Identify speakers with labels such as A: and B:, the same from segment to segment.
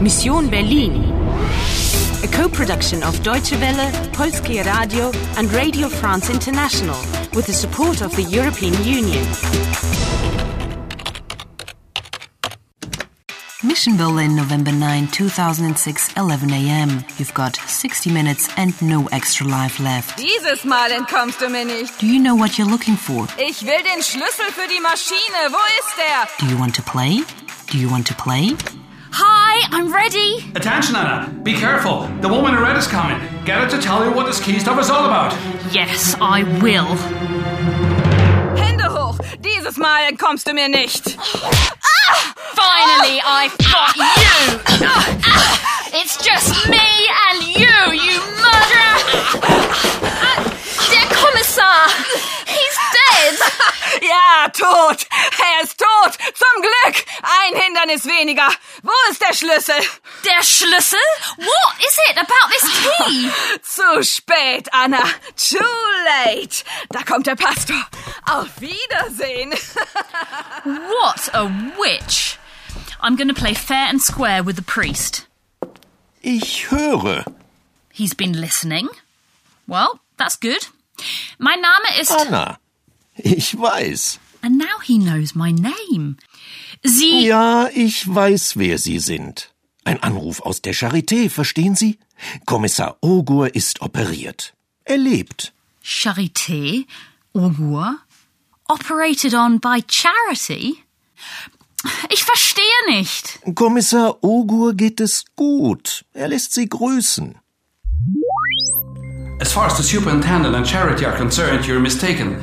A: Mission Berlin. A co-production of Deutsche Welle, Polskie Radio and Radio France International with the support of the European Union.
B: Mission Berlin, November 9, 2006, 11 a.m. You've got 60 minutes and no extra life left.
C: Dieses Mal entkommst du mir nicht.
B: Do you know what you're looking for?
C: Ich will den Schlüssel für die Maschine. Wo ist der?
B: Do you want to play? Do you want to play?
D: Hi, I'm ready.
E: Attention, Anna. Be careful. The woman in red is coming. Get her to tell you what this key stuff is all about.
D: Yes, I will.
C: Hände hoch. Dieses Mal entkommst du mir nicht.
D: Finally, I got you. It's just me and you, you murderer. Der Kommissar, he's dead.
C: Ja, tot. Er ist tot. Zum Glück. Ein Hindernis weniger. Wo ist der Schlüssel?
D: Der Schlüssel? What is it about this key?
C: Zu spät, Anna. Too late. Da kommt der Pastor. Auf Wiedersehen.
D: What a witch. I'm going to play fair and square with the priest.
F: Ich höre.
D: He's been listening. Well, that's good. My Name ist.
F: Anna. Ich weiß.
D: And now he knows my name. Sie.
F: Ja, ich weiß, wer Sie sind. Ein Anruf aus der Charité, verstehen Sie? Kommissar Ogur ist operiert. Er lebt.
D: Charité, Ogur, operated on by charity? Ich verstehe nicht.
F: Kommissar Ogur geht es gut. Er lässt Sie grüßen.
E: As far as the superintendent and charity are concerned, you're mistaken.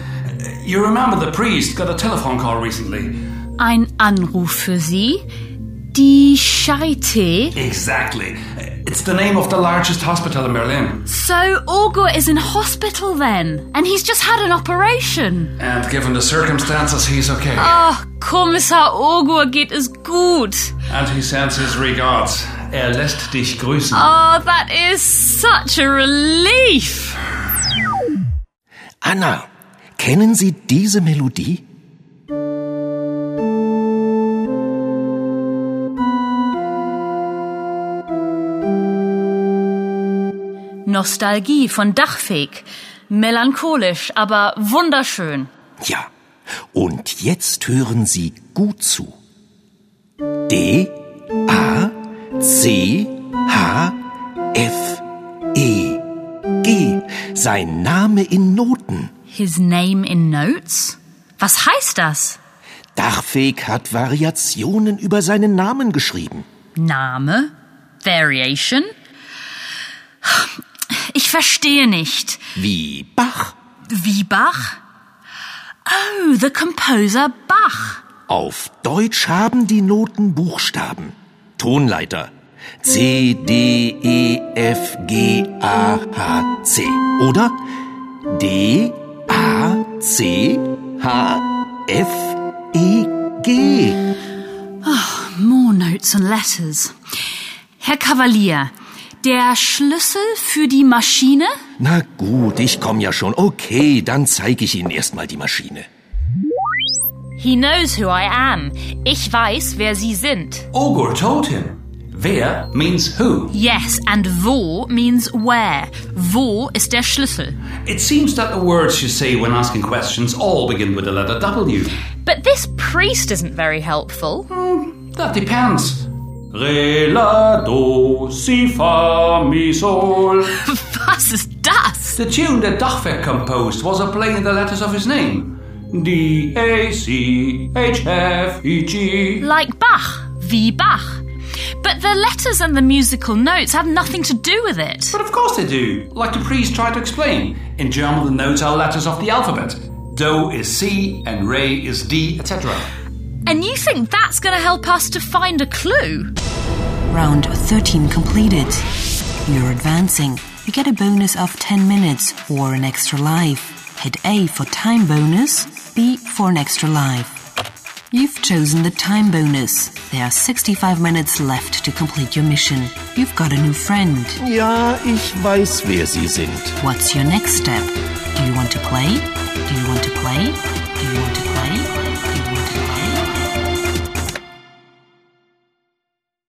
E: You remember the priest got a telephone call recently.
D: Ein Anruf für Sie. Die Charité.
E: Exactly. It's the name of the largest hospital in Berlin.
D: So Ogur is in hospital then, and he's just had an operation.
E: And given the circumstances, he's okay.
D: Oh, Kommissar Ogur geht es gut.
E: And he sends his regards. Er lässt dich grüßen.
D: Oh, that is such a relief.
F: Anna, kennen Sie diese Melodie?
D: Nostalgie von Dachfeg. Melancholisch, aber wunderschön.
F: Ja. Und jetzt hören Sie gut zu. D A C H F E G. Sein Name in Noten.
D: His name in notes? Was heißt das?
F: Dachfeg hat Variationen über seinen Namen geschrieben.
D: Name? Variation? Ich verstehe nicht.
F: Wie Bach.
D: Wie Bach? Oh, the composer Bach.
F: Auf Deutsch haben die Noten Buchstaben. Tonleiter. C, D, E, F, G, A, H, C. Oder? D, A, C, H, F, E, G.
D: More notes and letters. Herr Kavalier, der Schlüssel für die Maschine?
F: Na gut, ich komm ja schon. Okay, dann zeige ich Ihnen erstmal die Maschine.
D: He knows who I am. Ich weiß, wer Sie sind.
E: Ogur told him. Wer means who.
D: Yes, and wo means where. Wo ist der Schlüssel.
E: It seems that the words you say when asking questions all begin with the letter W.
D: But this priest isn't very helpful.
E: That depends. Re, la, do, si, fa, mi, sol.
D: Was ist das?
E: The tune that Dachweg composed was a play in the letters of his name. D, A, C, H, F, E, G.
D: Like Bach, wie Bach. But the letters and the musical notes have nothing to do with it.
E: But of course they do, like the priest tried to explain. In German, the notes are letters of the alphabet. Do is C and Re is D, etc.
D: And you think that's going to help us to find a clue?
B: Round 13 completed. You're advancing. You get a bonus of 10 minutes or an extra life. Hit A for time bonus, B for an extra life. You've chosen the time bonus. There are 65 minutes left to complete your mission. You've got a new friend.
F: Ja, ich weiß, wer Sie sind.
B: What's your next step? Do you want to play? Do you want to play? Do you want to